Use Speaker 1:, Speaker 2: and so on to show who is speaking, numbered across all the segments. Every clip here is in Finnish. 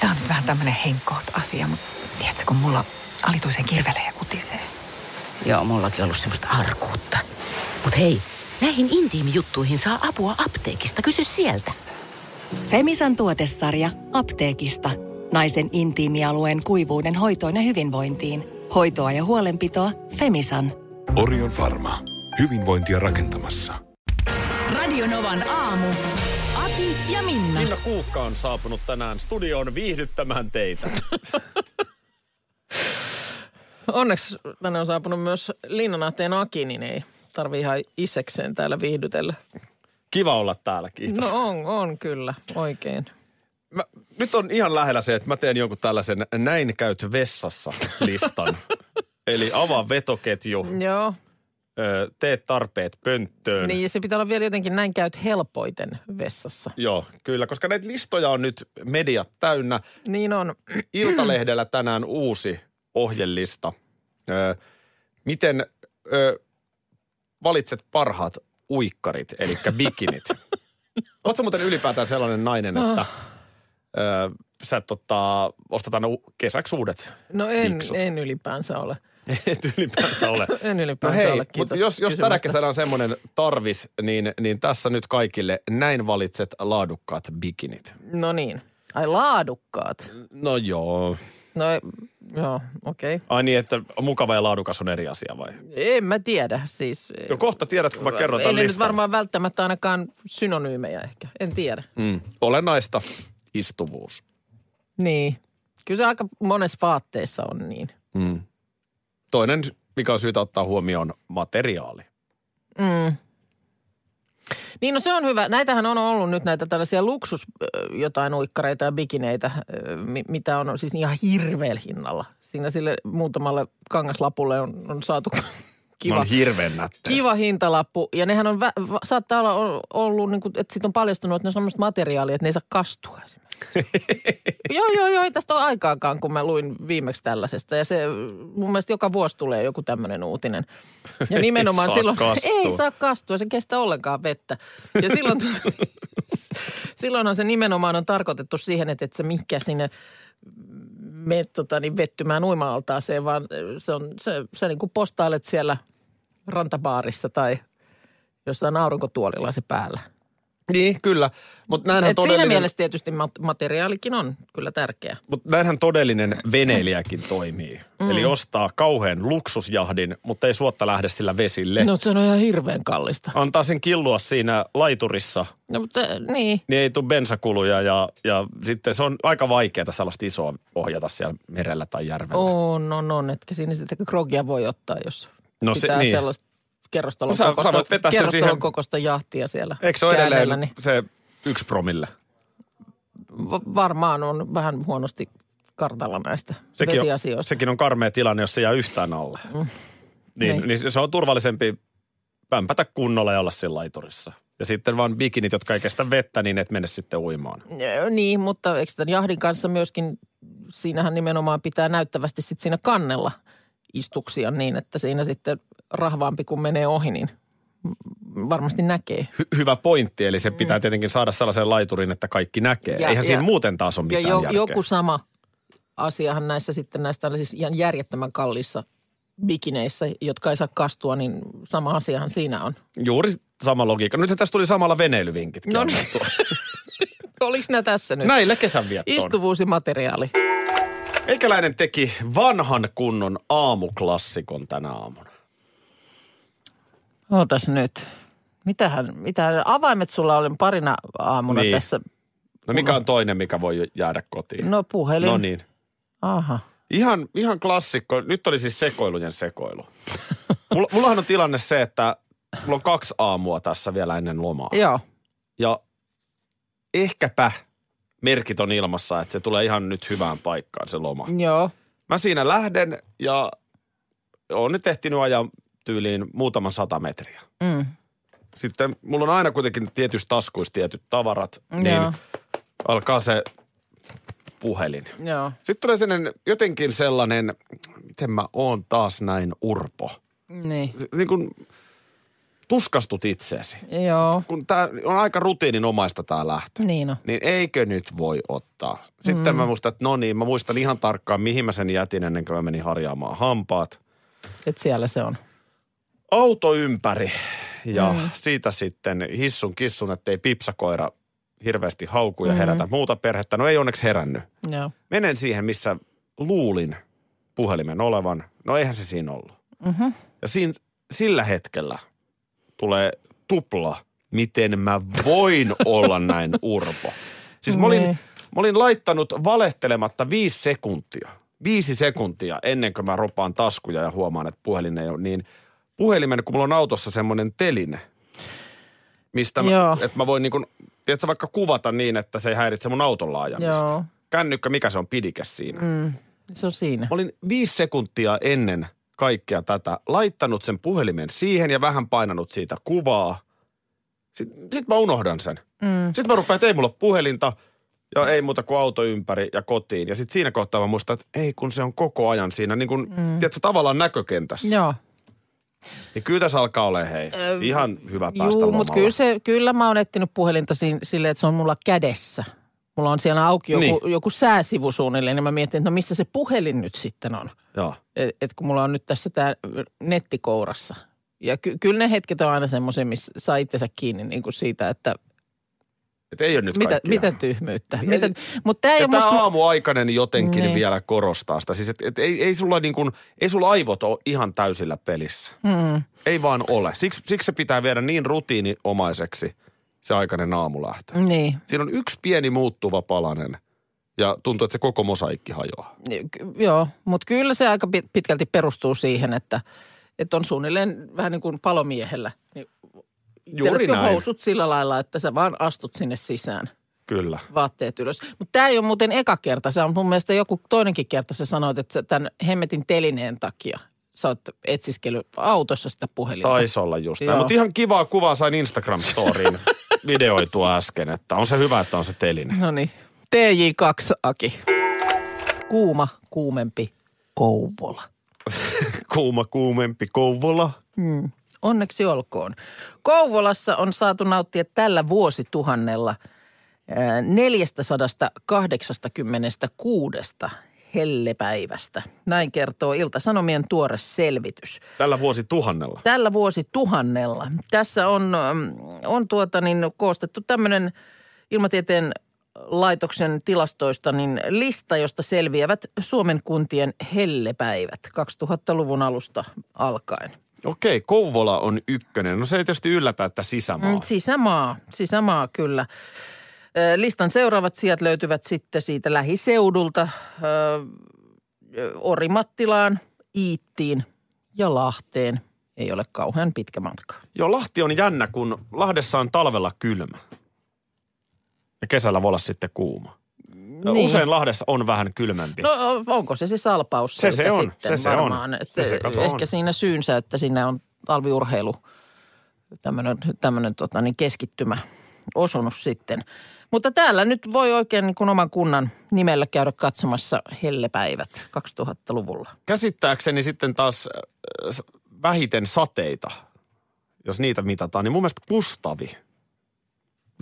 Speaker 1: Tämä on nyt vähän tämmöinen henkkoht asia, mutta tiedätkö, kun mulla alituisen kirvelee ja kutisee.
Speaker 2: Joo, mullakin ollut semmoista arkuutta. Mut hei, näihin intiimijuttuihin saa apua apteekista. Kysy sieltä.
Speaker 3: Femisan tuotesarja apteekista. Naisen intiimialueen kuivuuden hoitoon ja hyvinvointiin. Hoitoa ja huolenpitoa Femisan.
Speaker 4: Orion Pharma. Hyvinvointia rakentamassa.
Speaker 5: Radionovan aamu. Ati ja Minna.
Speaker 6: Minna Kuukka on saapunut tänään studioon viihdyttämään teitä.
Speaker 7: Onneksi tänne on saapunut myös Linnanahteen Aki, niin ei tarvi ihan isekseen täällä viihdytellä.
Speaker 6: Kiva olla täällä, kiitos.
Speaker 7: No on, on kyllä, oikein.
Speaker 6: Mä, nyt on ihan lähellä se, että mä teen jonkun tällaisen näin käyt vessassa listan. Eli avaa vetoketju,
Speaker 7: Joo,
Speaker 6: ö, tee tarpeet pönttöön.
Speaker 7: niin ja se pitää olla vielä jotenkin näin käyt helpoiten vessassa.
Speaker 6: Joo, kyllä, koska näitä listoja on nyt mediat täynnä.
Speaker 7: Niin on.
Speaker 6: Iltalehdellä tänään uusi ohjelista. Ö, miten ö, valitset parhaat uikkarit, eli bikinit? Oletko muuten ylipäätään sellainen nainen, että ö, sä tota, ostat aina u- kesäksi uudet?
Speaker 7: No en,
Speaker 6: Fiksut.
Speaker 7: en ylipäänsä ole.
Speaker 6: Et ylipäänsä ole.
Speaker 7: En
Speaker 6: No
Speaker 7: ylipäänsä
Speaker 6: hei,
Speaker 7: ole,
Speaker 6: mutta
Speaker 7: kiitos
Speaker 6: jos, jos
Speaker 7: kysymästä.
Speaker 6: tänä kesänä on semmoinen tarvis, niin, niin tässä nyt kaikille näin valitset laadukkaat bikinit.
Speaker 7: No niin. Ai laadukkaat.
Speaker 6: No joo.
Speaker 7: No ei- joo, okei. Okay.
Speaker 6: Ai niin, että mukava ja laadukas on eri asia vai?
Speaker 7: En mä tiedä siis.
Speaker 6: No kohta tiedät, kun mä kerron
Speaker 7: Ei
Speaker 6: tämän
Speaker 7: ne nyt
Speaker 6: listan.
Speaker 7: varmaan välttämättä ainakaan synonyymejä ehkä. En tiedä.
Speaker 6: Mm. Olennaista istuvuus.
Speaker 7: Niin. Kyllä se aika monessa vaatteessa on niin.
Speaker 6: Mm. Toinen, mikä on syytä ottaa huomioon, materiaali.
Speaker 7: Mm. Niin no se on hyvä. Näitähän on ollut nyt näitä tällaisia luksus ö, jotain uikkareita ja bikineitä, ö, mi- mitä on siis ihan hirveellä hinnalla. Siinä sille muutamalle kangaslapulle on, on saatu
Speaker 6: Ne
Speaker 7: kiva,
Speaker 6: On hirveän nättä.
Speaker 7: kiva hintalappu. Ja nehän on, vä- va- saattaa olla o- ollut, niin kuin, että siitä on paljastunut, että ne on semmoista materiaalia, että ne ei saa kastua esimerkiksi. joo, joo, joo, ei tästä ole aikaakaan, kun mä luin viimeksi tällaisesta. Ja se mun mielestä joka vuosi tulee joku tämmöinen uutinen. Ja nimenomaan
Speaker 6: saa
Speaker 7: silloin,
Speaker 6: kastua.
Speaker 7: ei saa kastua, se kestää ollenkaan vettä. Ja silloin, silloinhan se nimenomaan on tarkoitettu siihen, että et sä mikä sinne mene tota, niin vettymään uima-altaaseen, vaan se on, se, sä niin kuin postailet siellä rantabaarissa tai jossain aurinkotuolilla se päällä.
Speaker 6: Niin, kyllä. Mutta näinhän,
Speaker 7: Et siinä
Speaker 6: todellinen,
Speaker 7: mielessä tietysti mat- materiaalikin on kyllä tärkeä.
Speaker 6: mut näinhän todellinen veneilijäkin toimii. Mm. Eli ostaa kauhean luksusjahdin, mutta ei suotta lähde sillä vesille. No.
Speaker 7: No se on ihan hirveän kallista.
Speaker 6: Antaa sen killua siinä laiturissa,
Speaker 7: No mutta niin,
Speaker 6: niin ei tule bensakuluja ja, ja sitten se on aika vaikeaa sellaista isoa ohjata siellä merellä tai järvellä.
Speaker 7: on, on, on. Etkä siinä sitä krogia voi ottaa, jos
Speaker 6: No
Speaker 7: no,
Speaker 6: se-
Speaker 7: pitää se,
Speaker 6: niin.
Speaker 7: niin. sellaista kerrostalon,
Speaker 6: No sä- sä
Speaker 7: kokosta,
Speaker 6: voit vetää sen
Speaker 7: kerrostalon
Speaker 6: siihen-
Speaker 7: kokosta jahtia siellä
Speaker 6: Eikö se ole edelleen
Speaker 7: kädellä, niin
Speaker 6: se yksi promille?
Speaker 7: va- varmaan on vähän huonosti kartalla näistä
Speaker 6: Sekin on,
Speaker 7: vesiasioista.
Speaker 6: sekin on karmea tilanne, jos se jää yhtään alle. Mm. Niin,
Speaker 7: Niin.
Speaker 6: niin se on turvallisempi pämpätä kunnolla ja olla siinä laiturissa. Ja sitten vaan bikinit, jotka ei kestä vettä, niin et mene sitten uimaan.
Speaker 7: Joo, Niin, mutta eikö tämän jahdin kanssa myöskin, siinähän nimenomaan pitää näyttävästi sitten siinä kannella istuksia niin, että siinä sitten rahvaampi kun menee ohi, niin varmasti näkee.
Speaker 6: Hy- hyvä pointti, eli se pitää tietenkin saada sellaiseen laiturin, että kaikki näkee.
Speaker 7: Mm. Ja-
Speaker 6: Eihän siinä
Speaker 7: ja-
Speaker 6: muuten taas ole
Speaker 7: Ja
Speaker 6: mitään
Speaker 7: jo,
Speaker 6: järkeä.
Speaker 7: joku sama asiahan näissä sitten näissä tällaisissa ihan järjettömän kalliissa bikineissä, jotka ei saa kastua, niin sama asiahan siinä on.
Speaker 6: Juuri sama logiikka. Nyt tässä tuli samalla veneilyvinkitkin.
Speaker 7: No niin.
Speaker 6: annettua.
Speaker 7: Oliko nämä tässä nyt?
Speaker 6: Näillä kesänviettoon.
Speaker 7: Istuvuus ja materiaali.
Speaker 6: Eikäläinen teki vanhan kunnon aamuklassikon tänä aamuna.
Speaker 7: Ootas nyt. Mitähän, mitähän avaimet sulla oli parina aamuna
Speaker 6: Niin.
Speaker 7: niin. tässä.
Speaker 6: No mikä on toinen, mikä voi jo jäädä kotiin?
Speaker 7: No puhelin.
Speaker 6: no niin.
Speaker 7: Aha.
Speaker 6: Ihan, ihan klassikko. Nyt oli siis sekoilujen sekoilu. Mulla, mullahan on tilanne se, että mulla on kaksi aamua tässä vielä ennen lomaa.
Speaker 7: Joo.
Speaker 6: Ja ehkäpä merkit on ilmassa, että se tulee ihan nyt hyvään paikkaan se loma.
Speaker 7: Joo.
Speaker 6: Mä siinä lähden ja on nyt ehtinyt ajaa tyyliin muutaman sata metriä.
Speaker 7: Mm.
Speaker 6: Sitten mulla on aina kuitenkin tietyissä taskuissa tietyt tavarat,
Speaker 7: Joo.
Speaker 6: niin alkaa se puhelin.
Speaker 7: Joo.
Speaker 6: Sitten tulee sellainen, jotenkin sellainen, miten mä oon taas näin urpo.
Speaker 7: Niin.
Speaker 6: Niin kuin tuskastut itseäsi.
Speaker 7: Joo,
Speaker 6: Kun tää on aika rutiininomaista tää lähtö.
Speaker 7: niin on.
Speaker 6: Niin eikö nyt voi ottaa? Sitten mm. mä muistan, että no niin, mä muistan ihan tarkkaan, mihin mä sen jätin ennen kuin mä menin harjaamaan hampaat.
Speaker 7: Et siellä se on.
Speaker 6: auto ympäri ja mm. siitä sitten hissun kissun, ettei pipsakoira hirveästi hauku ja herätä muuta perhettä. No ei onneksi herännyt.
Speaker 7: Joo.
Speaker 6: Menen siihen, missä luulin puhelimen olevan. No eihän se siinä ollut.
Speaker 7: Mhm.
Speaker 6: Ja siinä, sillä hetkellä tulee tupla, miten mä voin olla näin urpo. Siis mä olin,
Speaker 7: Niin.
Speaker 6: mä olin laittanut valehtelematta viisi sekuntia. Viisi sekuntia ennen kuin mä ropaan taskuja ja huomaan, että puhelin ei ole niin. Puhelimen, kun mulla on autossa semmoinen teline, mistä mä,
Speaker 7: Joo.
Speaker 6: että mä voin niin kuin, tiedätkö, vaikka kuvata niin, että se ei häiritse mun auton laajamista.
Speaker 7: Joo.
Speaker 6: Kännykkä, mikä se on, pidike siinä.
Speaker 7: Mm. Se on siinä.
Speaker 6: Mä olin viisi sekuntia ennen kaikkea tätä laittanut sen puhelimen siihen ja vähän painanut siitä kuvaa. Sitten sit mä unohdan sen. Mm. Sitten mä rupean, että ei mulla ole puhelinta ja ei muuta kuin auto ympäri ja kotiin. Ja sitten siinä kohtaa mä muistan, että ei kun se on koko ajan siinä, niin kun, mm. tiedätkö, tavallaan näkökentässä.
Speaker 7: Joo.
Speaker 6: Niin kyllä tässä alkaa olemaan, hei, ihan hyvä päästä
Speaker 7: Juu,
Speaker 6: lomalle.
Speaker 7: mutta kyllä, se, kyllä mä oon etsinyt puhelinta si- silleen, että se on mulla kädessä. Mulla on siellä auki joku,
Speaker 6: Niin.
Speaker 7: niin. joku sääsivu suunnilleen, niin mä mietin, että no missä se puhelin nyt sitten on.
Speaker 6: Joo.
Speaker 7: Et, et kun mulla on nyt tässä tämä nettikourassa. Ja ky- kyllä ne hetket on aina semmoisia, missä saa itsensä kiinni niin kuin siitä, että
Speaker 6: Et ei ole nyt
Speaker 7: mitä,
Speaker 6: kaikkia.
Speaker 7: mitä tyhmyyttä.
Speaker 6: Mitä-
Speaker 7: Mitä, mutta tämä ei
Speaker 6: Ja
Speaker 7: ole
Speaker 6: tämä
Speaker 7: musta...
Speaker 6: aamuaikainen jotenkin niin.
Speaker 7: Niin.
Speaker 6: vielä korostaa sitä. Siis et, et ei, ei, sulla niin kun, ei sulla aivot ole ihan täysillä pelissä.
Speaker 7: Hmm.
Speaker 6: Ei vaan ole. Siksi, siksi se pitää viedä niin rutiiniomaiseksi se aikainen aamulähtö. Mm.
Speaker 7: Niin.
Speaker 6: Siinä on yksi pieni muuttuva palanen ja tuntuu, että se koko mosaikki hajoaa.
Speaker 7: Ni- ky- Joo, mutta kyllä se aika pit- pitkälti perustuu siihen, että, että on suunnilleen vähän niin kuin palomiehellä. Niin
Speaker 6: Juuri
Speaker 7: teetkö
Speaker 6: näin.
Speaker 7: housut sillä lailla, että sä vaan astut sinne sisään,
Speaker 6: Kyllä.
Speaker 7: vaatteet ylös. Mutta tämä ei ole muuten eka kerta. Se on mun mielestä joku toinenkin kerta, sä sanoit, että sä tämän hemmetin telineen takia sä oot etsiskellyt autossa sitä puhelinta.
Speaker 6: Taisi olla just näin.
Speaker 7: Joo.
Speaker 6: Mutta ihan kivaa kuvaa sain Instagram-storiin videoitua äsken, että on se hyvä, että on se teline.
Speaker 7: No niin, TJ2 Aki. Kuuma, kuumempi Kouvola.
Speaker 6: Kuuma kuumempi Kouvola.
Speaker 7: Onneksi olkoon. Kouvolassa on saatu nauttia tällä vuosituhannella ää, 486 hellepäivästä. Näin kertoo Ilta-Sanomien tuore selvitys.
Speaker 6: Tällä vuosi tuhannella.
Speaker 7: Tällä vuosituhannella. Tässä on, äm, on tuota niin, koostettu tämmöinen ilmatieteen laitoksen tilastoista niin lista, josta selviävät Suomen kuntien hellepäivät 2000-luvun alusta alkaen.
Speaker 6: Okei, Kouvola on ykkönen. No se ei tietysti yllätä, että sisämaa.
Speaker 7: Mm, Sisämaa, sisämaa kyllä. Ö, Listan seuraavat sijat löytyvät sitten siitä lähiseudulta ö, ö, Orimattilaan, Iittiin ja Lahteen. Ei ole kauhean pitkä matka.
Speaker 6: Joo, Lahti on jännä, kun Lahdessa on talvella kylmä. Ja kesällä voi olla sitten kuuma. Niin.
Speaker 7: Niin.
Speaker 6: Usein Lahdessa on vähän kylmempi.
Speaker 7: No o- onko se se salpaus
Speaker 6: Se se
Speaker 7: sieltä
Speaker 6: on,
Speaker 7: sitten
Speaker 6: se se on.
Speaker 7: varmaan? Että
Speaker 6: Se se kato
Speaker 7: ehkä
Speaker 6: on.
Speaker 7: siinä syynsä, että siinä on talviurheilu tämmöinen, tämmöinen tota, niin keskittymä osunut sitten. Mutta täällä nyt voi oikein niin kuin oman kunnan nimellä käydä katsomassa hellepäivät 2000-luvulla.
Speaker 6: Käsittääkseni sitten taas äh, s- vähiten sateita, jos niitä mitataan, niin mun mielestä Kustavi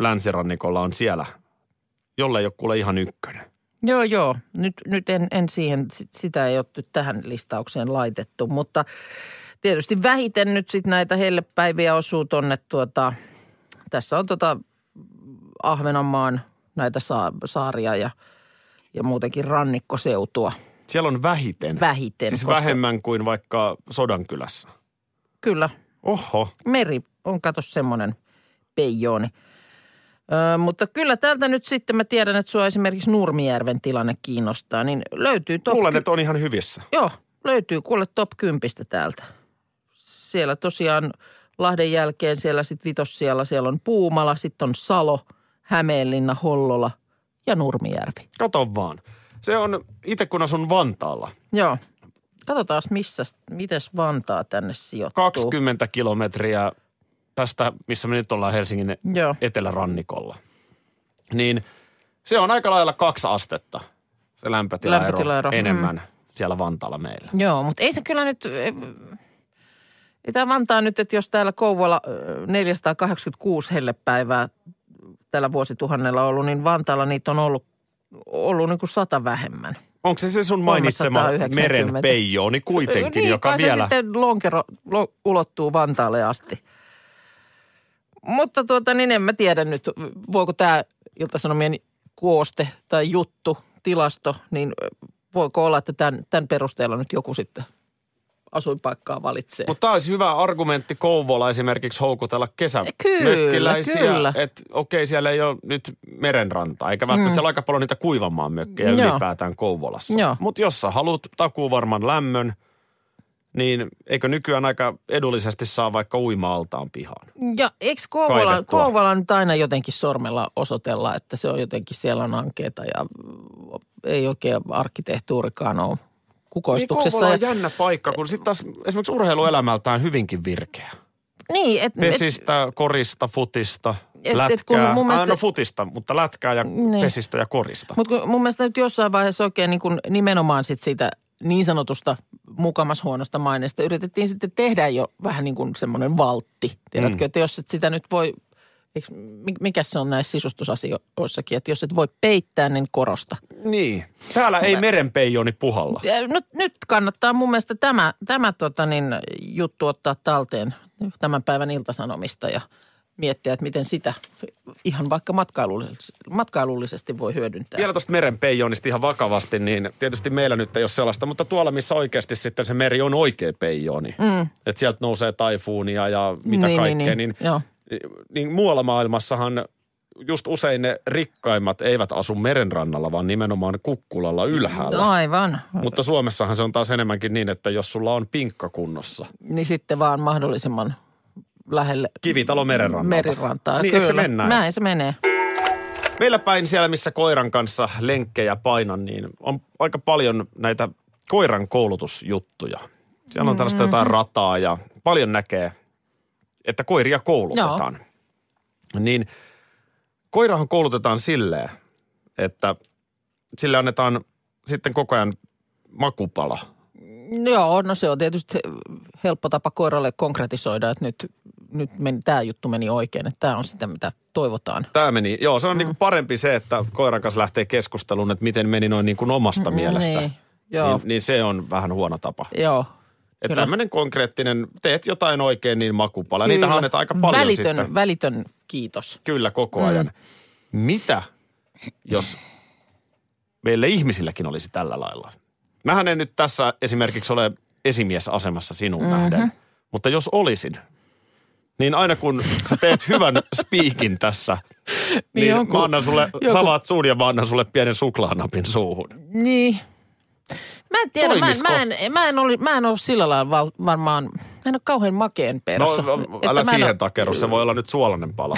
Speaker 6: länsirannikolla on siellä, jolle ei ole kuule ihan ykkönen.
Speaker 7: Joo, joo. Nyt, nyt en, en siihen, sit- sitä ei ole nyt tähän listaukseen laitettu, mutta tietysti vähiten nyt sitten näitä hellepäiviä osuu tonne tuota, tässä on tuota Ahvenanmaan näitä saa, saaria ja, ja muutenkin rannikkoseutua
Speaker 6: Siellä on vähiten.
Speaker 7: vähiten.
Speaker 6: siis vähemmän kuin vaikka Sodankylässä.
Speaker 7: Kyllä,
Speaker 6: Oho.
Speaker 7: meri on kato semmoinen peijooni. Öö, mutta kyllä täältä nyt sitten mä tiedän, että sua esimerkiksi Nurmijärven tilanne kiinnostaa, niin löytyy top
Speaker 6: Luulen, että on ihan hyvissä.
Speaker 7: Joo, löytyy kuule top 10 täältä. Siellä tosiaan Lahden jälkeen siellä sitten vitos siellä, siellä on Puumala, sitten on Salo, Hämeenlinna, Hollola ja Nurmijärvi.
Speaker 6: Kato vaan. Se on, itse kun asun Vantaalla,
Speaker 7: Joo. Katsotaan, missä, mites Vantaa tänne sijoittuu.
Speaker 6: 20 kilometriä tästä, missä me nyt ollaan Helsingin
Speaker 7: Joo.
Speaker 6: etelärannikolla. Niin se on aika lailla kaksi astetta, se lämpötilaero,
Speaker 7: Lämpötilaero, mm.
Speaker 6: enemmän siellä Vantaalla meillä.
Speaker 7: Joo, mutta ei se kyllä nyt, Ei tämä Vantaa nyt, että jos täällä Kouvola ö, 486 hellepäivää tällä vuosituhannella ollut, niin Vantaalla niitä on ollut, ollut niin kuin sata vähemmän.
Speaker 8: Onko se se sun mainitsema
Speaker 7: 390?
Speaker 8: meren peijooni kuitenkin,
Speaker 7: niin,
Speaker 8: joka
Speaker 7: kai se
Speaker 8: vielä...
Speaker 7: sitten lonkero lo, ulottuu Vantaalle asti. Mutta tuota, niin en mä tiedä nyt, voiko tämä Ilta-Sanomien kuoste tai juttu, tilasto, niin voiko olla, että tämän, tämän perusteella nyt joku sitten asuinpaikkaa valitsee.
Speaker 6: Mutta tämä olisi hyvä argumentti Kouvolla esimerkiksi houkutella
Speaker 7: Kyllä,
Speaker 6: kesämökkiläisiä.
Speaker 7: kyllä.
Speaker 6: Että okei, siellä ei ole nyt merenrantaa, eikä välttämättä mm. siellä on aika paljon niitä kuivanmaan mökkejä
Speaker 7: Joo.
Speaker 6: ylipäätään Kouvolassa.
Speaker 7: Joo.
Speaker 6: Mutta jos sä haluat takuuvarman lämmön, niin eikö nykyään aika edullisesti saa vaikka uima-altaan pihaan?
Speaker 7: Ja eikö Kouvola,
Speaker 6: Kaivettua.
Speaker 7: Kouvola nyt aina jotenkin sormella osoitella, että se on jotenkin siellä on ankeeta ja ei oikein arkkitehtuurikaan ole kukoistuksessa.
Speaker 6: Niin
Speaker 7: ja,
Speaker 6: Kouvola on jännä paikka, kun sitten taas esimerkiksi urheiluelämältään hyvinkin virkeä.
Speaker 7: niin, et, et,
Speaker 6: Pesistä, korista, futista,
Speaker 7: et
Speaker 6: lätkää.
Speaker 7: kun mun
Speaker 6: Ah,
Speaker 7: mielestä-
Speaker 6: No futista, mutta lätkää ja
Speaker 7: Niin.
Speaker 6: pesistä ja korista.
Speaker 7: Mutta mun mielestä nyt jossain vaiheessa oikein niin kun nimenomaan sit siitä niin sanotusta mukamas huonosta maineesta yritettiin sitten tehdä jo vähän niin kuin semmoinen valtti. Tiedätkö, mm. että jos et sitä nyt voi, eiks, mi- mikä se on näissä sisustusasioissakin, että jos et voi peittää, niin korosta.
Speaker 6: Niin. Täällä ei merenpeijoni puhalla.
Speaker 7: Ja Nyt, nyt kannattaa mun mielestä tämä, tämä tota niin, juttu ottaa talteen tämän päivän iltasanomista ja miettiä, että miten sitä ihan vaikka matkailullisesti, matkailullisesti voi hyödyntää.
Speaker 6: Vielä tuosta merenpeijonista ihan vakavasti, niin tietysti meillä nyt ei ole sellaista, mutta tuolla missä oikeasti sitten se meri on oikea peijoni. Mm. Että sieltä nousee taifuunia ja mitä niin, kaikkea, niin, niin,
Speaker 7: Joo.
Speaker 6: niin, niin muualla maailmassahan just usein ne rikkaimmat eivät asu merenrannalla, vaan nimenomaan kukkulalla ylhäällä.
Speaker 7: Aivan.
Speaker 6: Mutta Suomessahan se on taas enemmänkin niin, että jos sulla on pinkka kunnossa.
Speaker 7: Niin sitten vaan mahdollisimman lähelle
Speaker 6: Kivitalo merenrannalta.
Speaker 7: merirantaa.
Speaker 6: Niin, eikö se
Speaker 7: kyllä.
Speaker 6: mennä näin?
Speaker 7: Näin se menee.
Speaker 6: Meillä päin siellä, missä koiran kanssa lenkkejä painan, niin on aika paljon näitä koiran koulutusjuttuja. Siellä on tällaista jotain
Speaker 7: Mm-hmm.
Speaker 6: rataa ja paljon näkee, että koiria koulutetaan. Niin koirahan koulutetaan silleen, että sille annetaan sitten koko ajan makupala.
Speaker 7: Joo, no se on tietysti helppo tapa koiralle konkretisoida, että nyt, nyt meni, tämä juttu meni oikein, että tämä on sitä, mitä toivotaan.
Speaker 6: Tämä meni, joo, se on
Speaker 7: Mm.
Speaker 6: niinku parempi se, että koiran kanssa lähtee keskusteluun, että miten meni noin niinku omasta mielestä.
Speaker 7: Niin, joo,
Speaker 6: Niin, niin se on vähän huono tapa.
Speaker 7: joo.
Speaker 6: Että
Speaker 7: Kyllä.
Speaker 6: tämmöinen konkreettinen, teet jotain oikein, niin makupala. Niitä
Speaker 7: Kyllä.
Speaker 6: annetaan aika paljon
Speaker 7: välitön, Mm.
Speaker 6: sitten.
Speaker 7: Välitön kiitos.
Speaker 6: Kyllä, koko ajan. Mitä, jos meille ihmisilläkin olisi tällä lailla? Mähän en nyt tässä esimerkiksi ole esimiesasemassa sinun mm-hmm. nähden, mutta jos olisin, niin aina kun sä teet hyvän spiikin tässä, niin, niin
Speaker 7: joku-
Speaker 6: mä annan sulle, joku.
Speaker 7: joku-
Speaker 6: sä avaat suun ja mä annan sulle pienen suklaanapin suuhun.
Speaker 7: Niin. Mä en tiedä, mä en,
Speaker 6: Toimisiko?
Speaker 7: mä, en, mä, en ole, mä en ole sillä lailla val, varmaan, mä en ole kauhean makeen
Speaker 6: No
Speaker 7: perässä.
Speaker 6: älä
Speaker 7: mä en
Speaker 6: siihen
Speaker 7: ole-
Speaker 6: takeru, se voi olla nyt suolainen pala.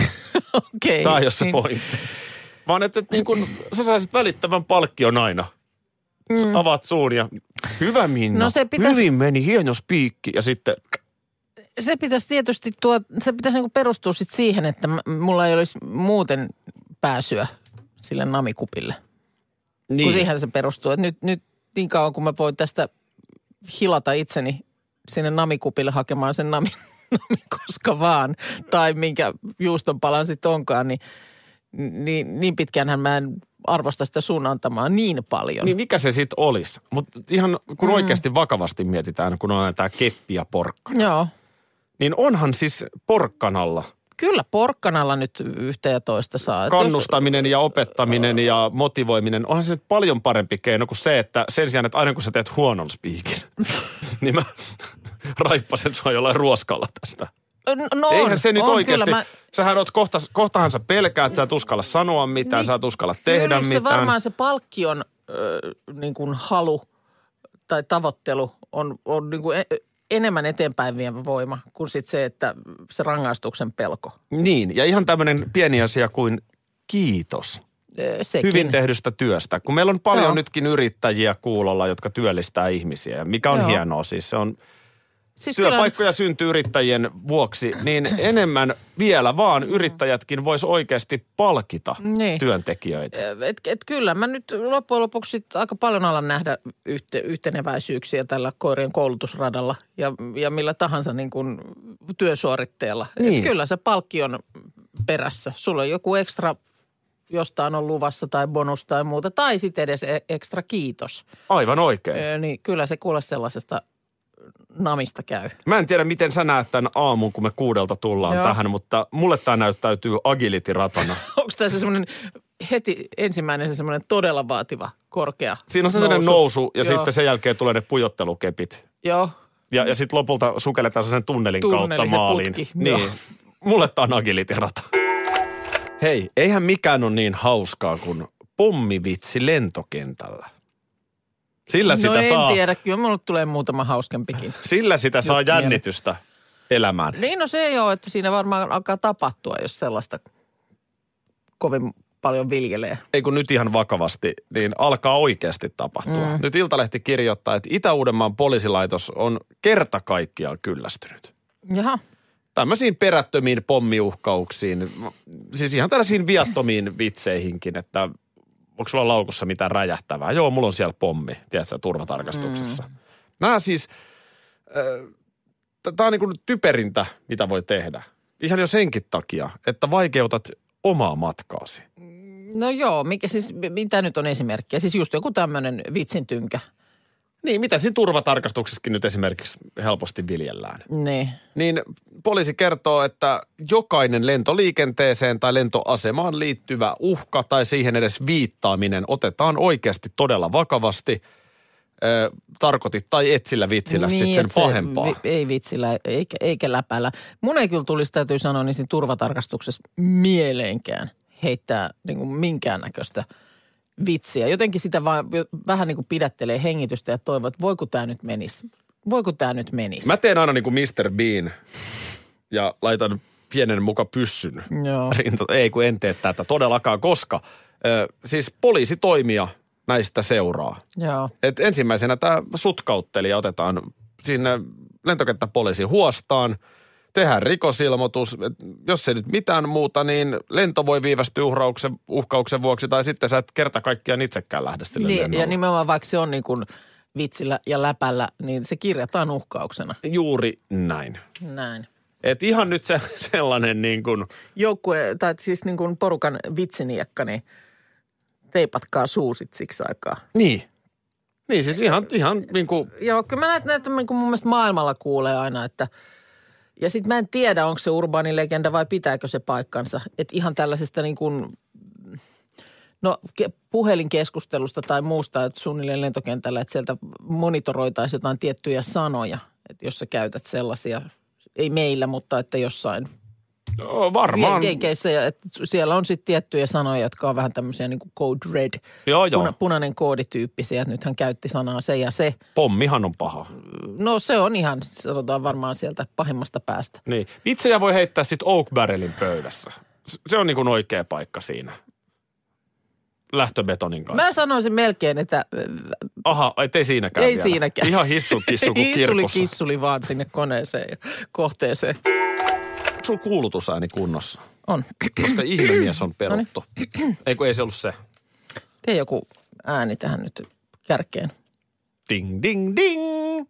Speaker 7: Okei.
Speaker 6: Tämä ei ole se
Speaker 7: niin.
Speaker 6: pointti. Vaan että, että niin kun sä saisit välittävän palkkion aina. Mm. Avaat suun ja hyvä Minna,
Speaker 7: No se pitäisi-
Speaker 6: hyvin meni, hieno spiikki. Ja sitten
Speaker 7: se pitäisi tietysti tuo, se pitäisi niinku perustua sit siihen, että m- mulla ei olisi muuten pääsyä sille namikupille. Niin. Kun siihen se perustuu. Et nyt, nyt niin kauan kun mä voin tästä hilata itseni sinne namikupille hakemaan sen nami, nami koska vaan, tai minkä juuston palan sitten onkaan, niin, niin, niin pitkäänhän mä en arvosta sitä sun antamaa niin paljon.
Speaker 6: Niin mikä se sitten olisi? Mutta ihan kun mm. oikeasti vakavasti mietitään, kun on tämä keppi ja porkkana.
Speaker 7: Joo.
Speaker 6: Niin onhan siis porkkanalla
Speaker 7: Äh, Kyllä porkkanalla nyt yhtä ja toista saa. Et jos-
Speaker 6: kannustaminen ja opettaminen ja motivoiminen. Onhan se nyt paljon parempi keino kuin se, että sen sijaan, että aina kun sä teet huonon spiikin, niin mä raippasen sua jollain ruoskalla tästä.
Speaker 7: No on,
Speaker 6: Eihän se nyt
Speaker 7: on,
Speaker 6: oikeasti.
Speaker 7: Kyllä mä,
Speaker 6: Sähän oot kohta, kohtahan sä pelkäät, sä et uskalla sanoa mitään,
Speaker 7: Niin,
Speaker 6: sä et uskalla tehdä
Speaker 7: kyllä
Speaker 6: mitään.
Speaker 7: se varmaan se palkkion äh, niin kuin halu tai tavoittelu on, on niin kuin e- enemmän eteenpäin vievä voima kuin sit se, että se rangaistuksen pelko.
Speaker 6: Niin, ja ihan tämmöinen pieni asia kuin kiitos
Speaker 7: Äh, Sekin.
Speaker 6: hyvin tehdystä työstä. Kun meillä on paljon
Speaker 7: Joo.
Speaker 6: nytkin yrittäjiä kuulolla, jotka työllistää ihmisiä, ja mikä on
Speaker 7: Joo.
Speaker 6: hienoa siis. Se on,
Speaker 7: Siis kyllä,
Speaker 6: työpaikkoja syntyy yrittäjien vuoksi, niin enemmän vielä vaan yrittäjätkin vois oikeasti palkita
Speaker 7: Niin.
Speaker 6: työntekijöitä.
Speaker 7: et, et kyllä mä nyt loppujen lopuksi sit aika paljon alan nähdä yhte, yhteneväisyyksiä tällä koirien koulutusradalla ja, ja millä tahansa niin kuin työsuoritteella.
Speaker 6: Niin.
Speaker 7: Et kyllä se palkki on perässä. Sulla on joku ekstra jostain on luvassa tai bonus tai muuta, tai sitten edes e- ekstra kiitos.
Speaker 6: Aivan oikein.
Speaker 7: Ö, Niin kyllä se kuule sellaisesta namista käy.
Speaker 6: Mä en tiedä, miten sä näet tämän aamun, kun me kuudelta tullaan Joo.
Speaker 7: Joo.
Speaker 6: tähän, mutta mulle tämä näyttäytyy agility-ratana.
Speaker 7: Onko tässä semmoinen heti ensimmäinen semmoinen todella vaativa, korkea
Speaker 6: Siinä on se sellainen nousu ja Joo.
Speaker 7: Joo.
Speaker 6: sitten sen jälkeen tulee ne pujottelukepit.
Speaker 7: Joo,
Speaker 6: Ja, ja sitten lopulta sukelletaan sen tunnelin
Speaker 7: Tunneli,
Speaker 6: kautta
Speaker 7: se
Speaker 6: maaliin.
Speaker 7: putki, joo.
Speaker 6: Niin. Mulle tämä on agilitirata. Hei, eihän mikään ole niin hauskaa kuin pommivitsi lentokentällä. Sillä sitä
Speaker 7: no en
Speaker 6: saa,
Speaker 7: tiedä, niin. kyllä mulle tulee muutama hauskempikin.
Speaker 6: Sillä sitä saa
Speaker 7: mieleen.
Speaker 6: jännitystä elämään.
Speaker 7: Niin no se ei ole, että siinä varmaan alkaa tapahtua, jos sellaista kovin paljon viljelee.
Speaker 6: ei kun nyt ihan vakavasti, niin alkaa oikeasti tapahtua. Mm. Nyt Iltalehti kirjoittaa, että Itä-Uudenmaan poliisilaitos on kerta kaikkiaan kyllästynyt.
Speaker 7: Jaha,
Speaker 6: Tämmöisiin perättömiin pommiuhkauksiin, siis ihan tällaisiin viattomiin vitseihinkin, että onko sulla laukussa mitään räjähtävää? Joo, mulla on siellä pommi, tiedätkö, turvatarkastuksessa. Mm. Nämä siis, tämä on niin kuin typerintä, mitä voi tehdä. Ihan jo senkin takia, että vaikeutat omaa matkaasi.
Speaker 7: no joo, mikä siis, mitä nyt on esimerkkiä? Siis just joku tämmöinen vitsintynkä.
Speaker 6: Niin, mitä siinä turvatarkastuksessakin nyt esimerkiksi helposti viljellään?
Speaker 7: Niin.
Speaker 6: Niin poliisi kertoo, että jokainen lentoliikenteeseen tai lentoasemaan liittyvä uhka tai siihen edes viittaaminen otetaan oikeasti todella vakavasti. Ö, tarkoitit tai et sillä vitsillä niin, sitten
Speaker 7: niin,
Speaker 6: sen
Speaker 7: et se
Speaker 6: pahempaa.
Speaker 7: vi- ei vitsillä, eikä, eikä läpällä. Mun ei kyllä tulisi, täytyy sanoa, niin siinä turvatarkastuksessa mieleenkään heittää niin kuin minkäännäköistä vitsiä. Jotenkin sitä vaan jo- vähän niin kuin pidättelee hengitystä ja toivoo, että voiko tämä nyt menisi. Voiko tämä nyt menisi?
Speaker 6: Mä teen aina niin kuin Mr. Bean ja laitan pienen muka pyssyn
Speaker 7: Joo.
Speaker 6: rinta, ei kun en tee tätä todellakaan, koska ö, siis poliisitoimia näistä seuraa.
Speaker 7: Joo.
Speaker 6: Et ensimmäisenä tämä sutkauttelija otetaan sinne lentokenttäpoliisin huostaan, tehdään rikosilmoitus. Et jos ei nyt mitään muuta, niin lento voi viivästyä uhrauksen, uhkauksen vuoksi tai sitten sä et kerta kaikkiaan itsekään lähde sille
Speaker 7: Niin,
Speaker 6: lennolle.
Speaker 7: ja nimenomaan vaikka se on niin kuin vitsillä ja läpällä, niin se kirjataan uhkauksena.
Speaker 6: Juuri näin.
Speaker 7: Näin.
Speaker 6: Et ihan nyt se sellainen niin kuin,
Speaker 7: Joukkue, tai siis niin kuin porukan vitsiniekka, niin teipatkaa suusit siksi aikaa.
Speaker 6: niin. Niin siis ihan, ihan niin kuin,
Speaker 7: Joo, kyllä mä näitä, näitä niin kuin mun mielestä maailmalla kuulee aina, että ja sitten mä en tiedä, onko se urbaani legenda vai pitääkö se paikkansa. Että ihan tällaisesta niin kuin, no ke- puhelinkeskustelusta tai muusta, että suunnilleen lentokentällä, että sieltä monitoroitaisiin jotain tiettyjä sanoja, että jos sä käytät sellaisia, ei meillä, mutta että jossain
Speaker 6: joo, varmaan.
Speaker 7: jenkeissä, ja että siellä on sitten tiettyjä sanoja, jotka on vähän tämmöisiä niin kuin code red,
Speaker 6: Joo, joo.
Speaker 7: puna, punainen koodityyppisiä, että nythän käytti sanaa se ja se –
Speaker 6: Pommihan on paha.
Speaker 7: No se on ihan, sanotaan varmaan sieltä pahimmasta päästä.
Speaker 6: Niin. Vitsejä voi heittää sitten Oak Barrelin pöydässä. S- Se on niin kuin oikea paikka siinä. Lähtöbetonin kanssa.
Speaker 7: Mä sanoisin melkein, että äh,
Speaker 6: Aha, et ei siinäkään
Speaker 7: Ei
Speaker 6: vielä.
Speaker 7: siinäkään.
Speaker 6: Ihan hissun kissu kuin
Speaker 7: hissuli
Speaker 6: kirkossa.
Speaker 7: kissuli vaan sinne koneeseen ja kohteeseen.
Speaker 6: Onko Sun kuulutusääni kunnossa,
Speaker 7: On.
Speaker 6: koska ihmemies on peruttu.
Speaker 7: No niin.
Speaker 6: ei kun ei se ollut se.
Speaker 7: Tee joku ääni tähän nyt kärkeen.
Speaker 6: Ding, ding, ding.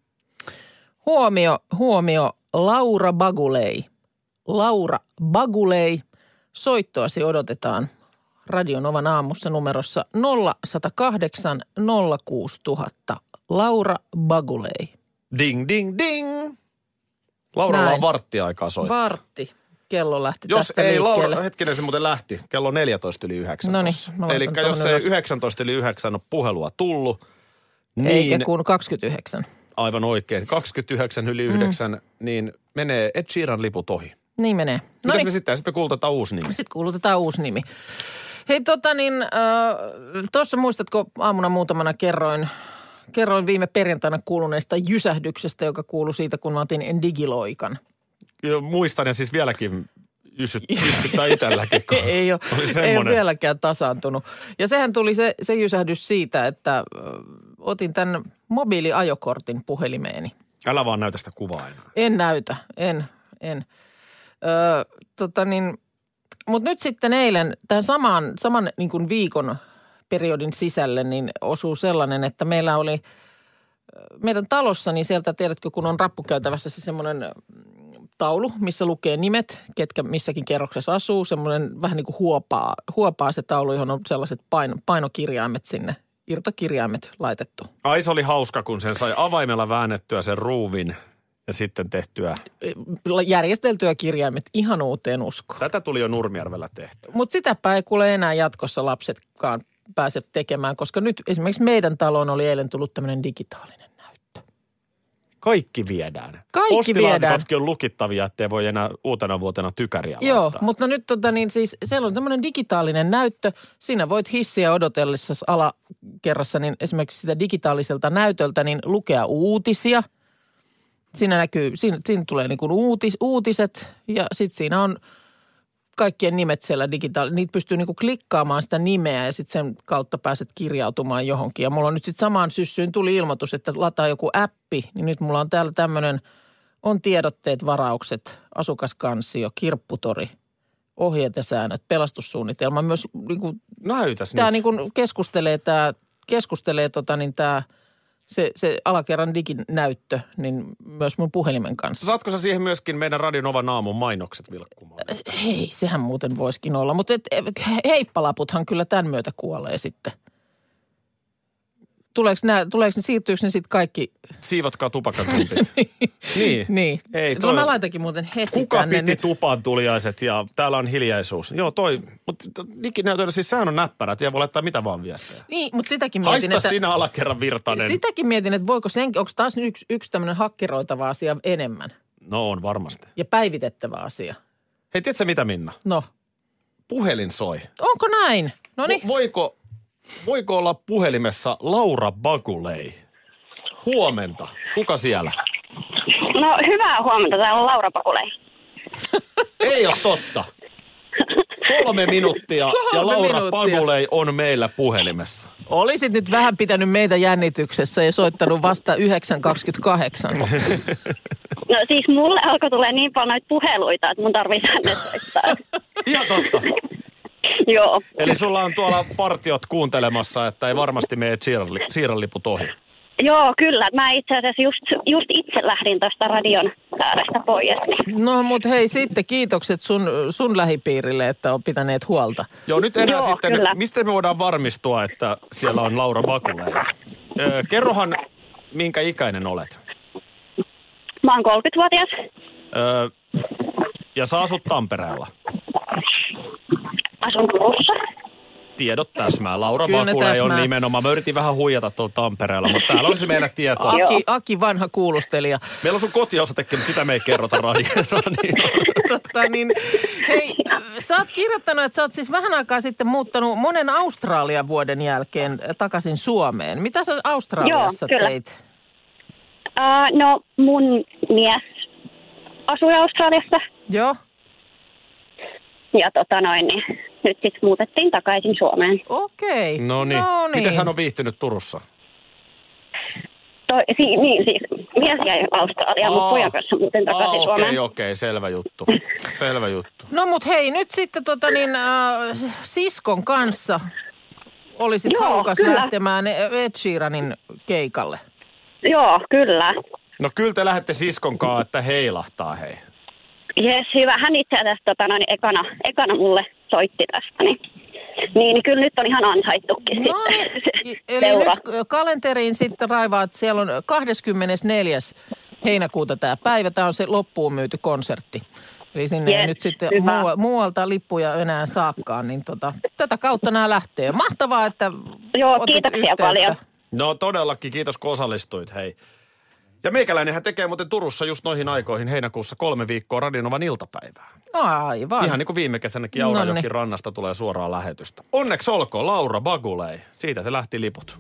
Speaker 7: Huomio, huomio, Laura Bagulei. Laura Bagulei, soittoasi odotetaan Radionovan aamussa numerossa 0108 06000. Laura Bagulei.
Speaker 6: Ding, ding, ding. Lauralla on
Speaker 7: Näin.
Speaker 6: vartti aikaa soittaa.
Speaker 7: Vartti. Kello lähti
Speaker 6: Jos
Speaker 7: tästä
Speaker 6: ei
Speaker 7: liikkeelle.
Speaker 6: Laura, hetkinen se muuten lähti, kello on 14 yli 9.
Speaker 7: Noniin, mä laitan
Speaker 6: Eli
Speaker 7: tuohon
Speaker 6: jos ei
Speaker 7: ylös.
Speaker 6: 19 yli 9 ole puhelua tullut, niin
Speaker 7: Eikä kun 29.
Speaker 6: aivan oikein, 29 yli
Speaker 7: Mm.
Speaker 6: 9, niin menee Ed Sheeran liput ohi.
Speaker 7: Niin menee. No
Speaker 6: Mitäs
Speaker 7: niin,
Speaker 6: me sitten, sitten me kuulutetaan uusi nimi.
Speaker 7: sitten kuulutetaan uusi nimi. Hei tota niin, äh, tuossa muistatko aamuna muutamana kerroin, kerroin viime perjantaina kuuluneesta jysähdyksestä, joka kuului siitä, kun mä otin digiloikan.
Speaker 6: Joo, Muistan ja siis vieläkin jysyt- jyskyttää itselläkin. kun
Speaker 7: ei, ole,
Speaker 6: Oli
Speaker 7: ei ole
Speaker 6: semmoinen.
Speaker 7: vieläkään tasaantunut. Ja sehän tuli se, se jysähdys siitä, että ö, otin tämän äh, mobiiliajokortin puhelimeeni.
Speaker 6: Älä vaan näytä sitä kuvaa enää.
Speaker 7: En näytä, en, en. Öö, tota niin, mutta nyt sitten eilen tähän samaan, saman niin kuin viikon periodin sisälle niin osuu sellainen, että meillä oli ö, meidän talossa, niin sieltä tiedätkö, kun on rappukäytävässä se semmoinen ö, taulu, missä lukee nimet, ketkä missäkin kerroksessa asuu, semmoinen vähän niin kuin huopaa, huopaa se taulu, johon on sellaiset paino, painokirjaimet sinne, irtokirjaimet laitettu.
Speaker 6: Ai se oli hauska, kun sen sai avaimella väännettyä sen ruuvin ja sitten tehtyä.
Speaker 7: järjesteltyä kirjaimet ihan uuteen uskoon.
Speaker 6: Tätä tuli jo Nurmijärvellä tehty.
Speaker 7: Mutta sitäpä ei kuule enää jatkossa lapsetkaan pääse tekemään, koska nyt esimerkiksi meidän taloon oli eilen tullut tämmöinen digitaalinen näyttö.
Speaker 6: Kaikki viedään.
Speaker 7: Kaikki viedään.
Speaker 6: on lukittavia, ettei voi enää uutena vuotena tykäriä
Speaker 7: Joo,
Speaker 6: laittaa.
Speaker 7: mutta nyt tota niin siis siellä on tämmöinen digitaalinen näyttö. Siinä voit hissiä odotellessa alakerrassa niin esimerkiksi sitä digitaaliselta näytöltä niin lukea uutisia. Siinä näkyy, siinä, siinä tulee niin kuin uutis, uutiset ja sitten siinä on kaikkien nimet siellä digitaali. Niitä pystyy niinku klikkaamaan sitä nimeä ja sitten sen kautta pääset kirjautumaan johonkin. Ja mulla on nyt sitten samaan syssyyn tuli ilmoitus, että lataa joku appi, niin nyt mulla on täällä tämmöinen – on tiedotteet, varaukset, asukaskansio, kirpputori, ohjeet ja säännöt, pelastussuunnitelma. Myös niin kuin,
Speaker 6: Näytäs
Speaker 7: tämä
Speaker 6: nyt.
Speaker 7: niin kuin keskustelee, tämä, keskustelee tota, niin tämä, se, se alakerran diginäyttö, niin myös mun puhelimen kanssa.
Speaker 6: Saatko sä siihen myöskin meidän Radionovan aamun mainokset vilkkumaan?
Speaker 7: Hei, sehän muuten voiskin olla, mutta et, eh, heippalaputhan kyllä tämän myötä kuolee sitten. Tuleeko, nää, tuleeko ne, siirtyykö ne sitten kaikki?
Speaker 6: Siivotkaa tupakantumpit. niin.
Speaker 7: Niin.
Speaker 6: Ei,
Speaker 7: No
Speaker 6: toi-
Speaker 7: Mä laitankin muuten heti
Speaker 6: Kuka
Speaker 7: tänne
Speaker 6: piti
Speaker 7: nyt.
Speaker 6: tupan tuliaiset ja täällä on hiljaisuus? Joo, toi, mutta diginäytöllä siis sehän on näppärä, että siellä voi laittaa mitä vaan viestejä.
Speaker 7: Niin, mutta sitäkin mietin,
Speaker 6: Haista
Speaker 7: että...
Speaker 6: sinä alakerran Virtanen.
Speaker 7: Sitäkin mietin, että voiko sen, onko taas yksi, yksi tämmöinen hakkeroitava asia enemmän
Speaker 6: No on varmasti.
Speaker 7: ja päivitettävä asia.
Speaker 6: Hei, tiedätkö mitä Minna?
Speaker 7: No,
Speaker 6: Puhelin soi.
Speaker 7: onko näin? No niin,
Speaker 6: Vo- voiko, voiko olla puhelimessa Laura Bakulei? Huomenta. Kuka siellä?
Speaker 9: No hyvää huomenta, täällä on Laura Pakulei.
Speaker 6: Ei ole totta. Kolme minuuttia ja
Speaker 7: Kolme
Speaker 6: Laura
Speaker 7: minuuttia.
Speaker 6: Pagulei on meillä puhelimessa.
Speaker 7: olisit nyt vähän pitänyt meitä jännityksessä ja soittanut vasta 9.28.
Speaker 9: No siis mulle alkoi tulee niin paljon noita puheluita, että mun tarvii tänne soittaa.
Speaker 6: Ihan totta.
Speaker 9: Joo.
Speaker 6: Eli sulla on tuolla partiot kuuntelemassa, että ei varmasti mene siirrali- siirraliput ohi.
Speaker 9: Joo, kyllä. Mä itse asiassa just, just itse lähdin tuosta radion äärestä pois. niin.
Speaker 7: No mutta hei sitten kiitokset sun, sun lähipiirille, että on pitäneet huolta.
Speaker 6: Joo, nyt enää
Speaker 9: Joo,
Speaker 6: sitten,
Speaker 9: kyllä.
Speaker 6: mistä me voidaan varmistua, että siellä on Laura Bakulei? Öö, kerrohan, minkä ikäinen olet.
Speaker 9: Mä oon 30-vuotias.
Speaker 6: Öö, ja sä asut Tampereella.
Speaker 9: Asun Turussa.
Speaker 6: Tiedot täsmää. Laura
Speaker 7: Kyllä ne
Speaker 6: Bakulei on
Speaker 7: täsmää.
Speaker 6: nimenomaan. Mä yritin vähän huijata tuolla Tampereella, mutta täällä on se meidän tieto.
Speaker 9: Joo.
Speaker 7: Aki, Aki vanha kuulustelija.
Speaker 6: Meillä on sun kotiosatekin, mutta sitä me ei kerrota No radio- radioon.
Speaker 7: Totta, niin, hei, sä oot kirjoittanut, että sä oot siis vähän aikaa sitten muuttanut monen Australian vuoden jälkeen takaisin Suomeen. Mitä sä Australiassa
Speaker 9: Joo, kyllä.
Speaker 7: teit?
Speaker 9: Uh, no mun mies asui Australiassa
Speaker 7: Joo.
Speaker 9: ja tota noin, niin nyt sitten muutettiin takaisin Suomeen.
Speaker 7: Okei.
Speaker 6: No niin.
Speaker 7: No
Speaker 6: Miten hän on viihtynyt Turussa?
Speaker 9: Toi, si, niin siis, mies jäi Australiaan, mutta
Speaker 6: Aa.
Speaker 9: pojan kanssa muuten
Speaker 6: Aa,
Speaker 9: takaisin
Speaker 6: Ah, okei,
Speaker 9: Suomeen.
Speaker 6: okei, selvä juttu. Selvä juttu.
Speaker 7: No mut hei, nyt sitten tota niin, äh, siskon kanssa olisit
Speaker 9: Joo,
Speaker 7: halukas
Speaker 9: kyllä.
Speaker 7: lähtemään Ed Sheeranin keikalle.
Speaker 9: Joo, kyllä.
Speaker 6: No kyllä te lähdette siskon kanssa, että heilahtaa hei.
Speaker 9: Jes, hyvä. Hän itse asiassa tota, noin, ekana, ekana mulle soitti tästä. Niin, niin, niin kyllä nyt on ihan ansaittukin
Speaker 7: No
Speaker 9: sitten
Speaker 7: niin,
Speaker 9: se
Speaker 7: eli
Speaker 9: seura.
Speaker 7: nyt kalenteriin sitten raivaat, siellä on 24. heinäkuuta tämä päivä, tämä on se loppuun myyty konsertti. Eli sinne yes,
Speaker 9: Jes,
Speaker 7: nyt sitten
Speaker 9: hyvä.
Speaker 7: muua- muualta lippuja enää saakkaan, niin tota, tätä kautta nämä lähtee. Mahtavaa, että
Speaker 9: Joo,
Speaker 7: otit
Speaker 9: kiitoksia
Speaker 7: yhteyttä.
Speaker 9: paljon.
Speaker 6: No todellakin, kiitos kun osallistuit, hei. Ja meikäläinenhän tekee muuten Turussa just noihin aikoihin heinäkuussa kolme viikkoa Radionovan iltapäivää.
Speaker 7: Aivan.
Speaker 6: Ihan niin kuin viime kesänäkin Aurajokin
Speaker 7: Nonni.
Speaker 6: rannasta tulee suoraan lähetystä. Onneksi olkoon Laura Bagulei. Siitä se lähti liput.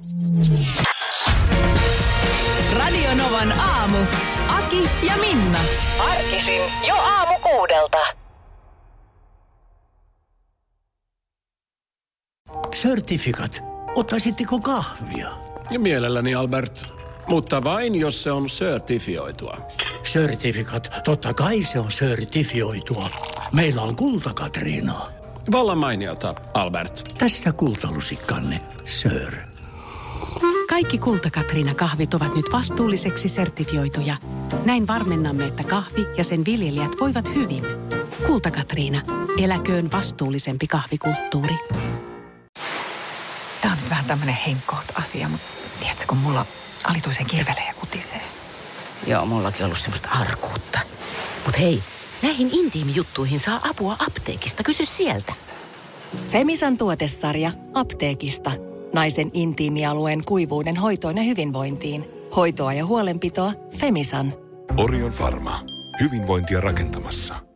Speaker 5: Radio Novan aamu. Aki ja Minna.
Speaker 10: Arkisin jo aamu kuudelta.
Speaker 11: Certifikat. Ottaisitteko kahvia?
Speaker 12: Ja mielelläni Albert.
Speaker 11: Mutta vain jos se on sertifioitua.
Speaker 12: Certifikat, totta kai se on sertifioitua. Meillä on kulta, Katriina.
Speaker 11: Vallan mainiota, Albert.
Speaker 12: Tässä kultalusikkanne, Sir.
Speaker 13: Kaikki kulta Katriina kahvit ovat nyt vastuulliseksi sertifioituja. Näin varmennamme, että kahvi ja sen viljelijät voivat hyvin. Kulta Katriina, eläköön vastuullisempi kahvikulttuuri.
Speaker 1: Tämä on nyt vähän tämmöinen henkkoht asia, mutta tiedätkö, kun mulla alituisen kirvelee ja kutisee.
Speaker 2: Joo, mullakin ollut semmoista arkuutta. Mut hei, näihin intiimijuttuihin saa apua apteekista. Kysy sieltä.
Speaker 3: Femisan tuotesarja apteekista. Naisen intiimialueen kuivuuden hoitoon ja hyvinvointiin. Hoitoa ja huolenpitoa Femisan.
Speaker 4: Orion Pharma. Hyvinvointia rakentamassa.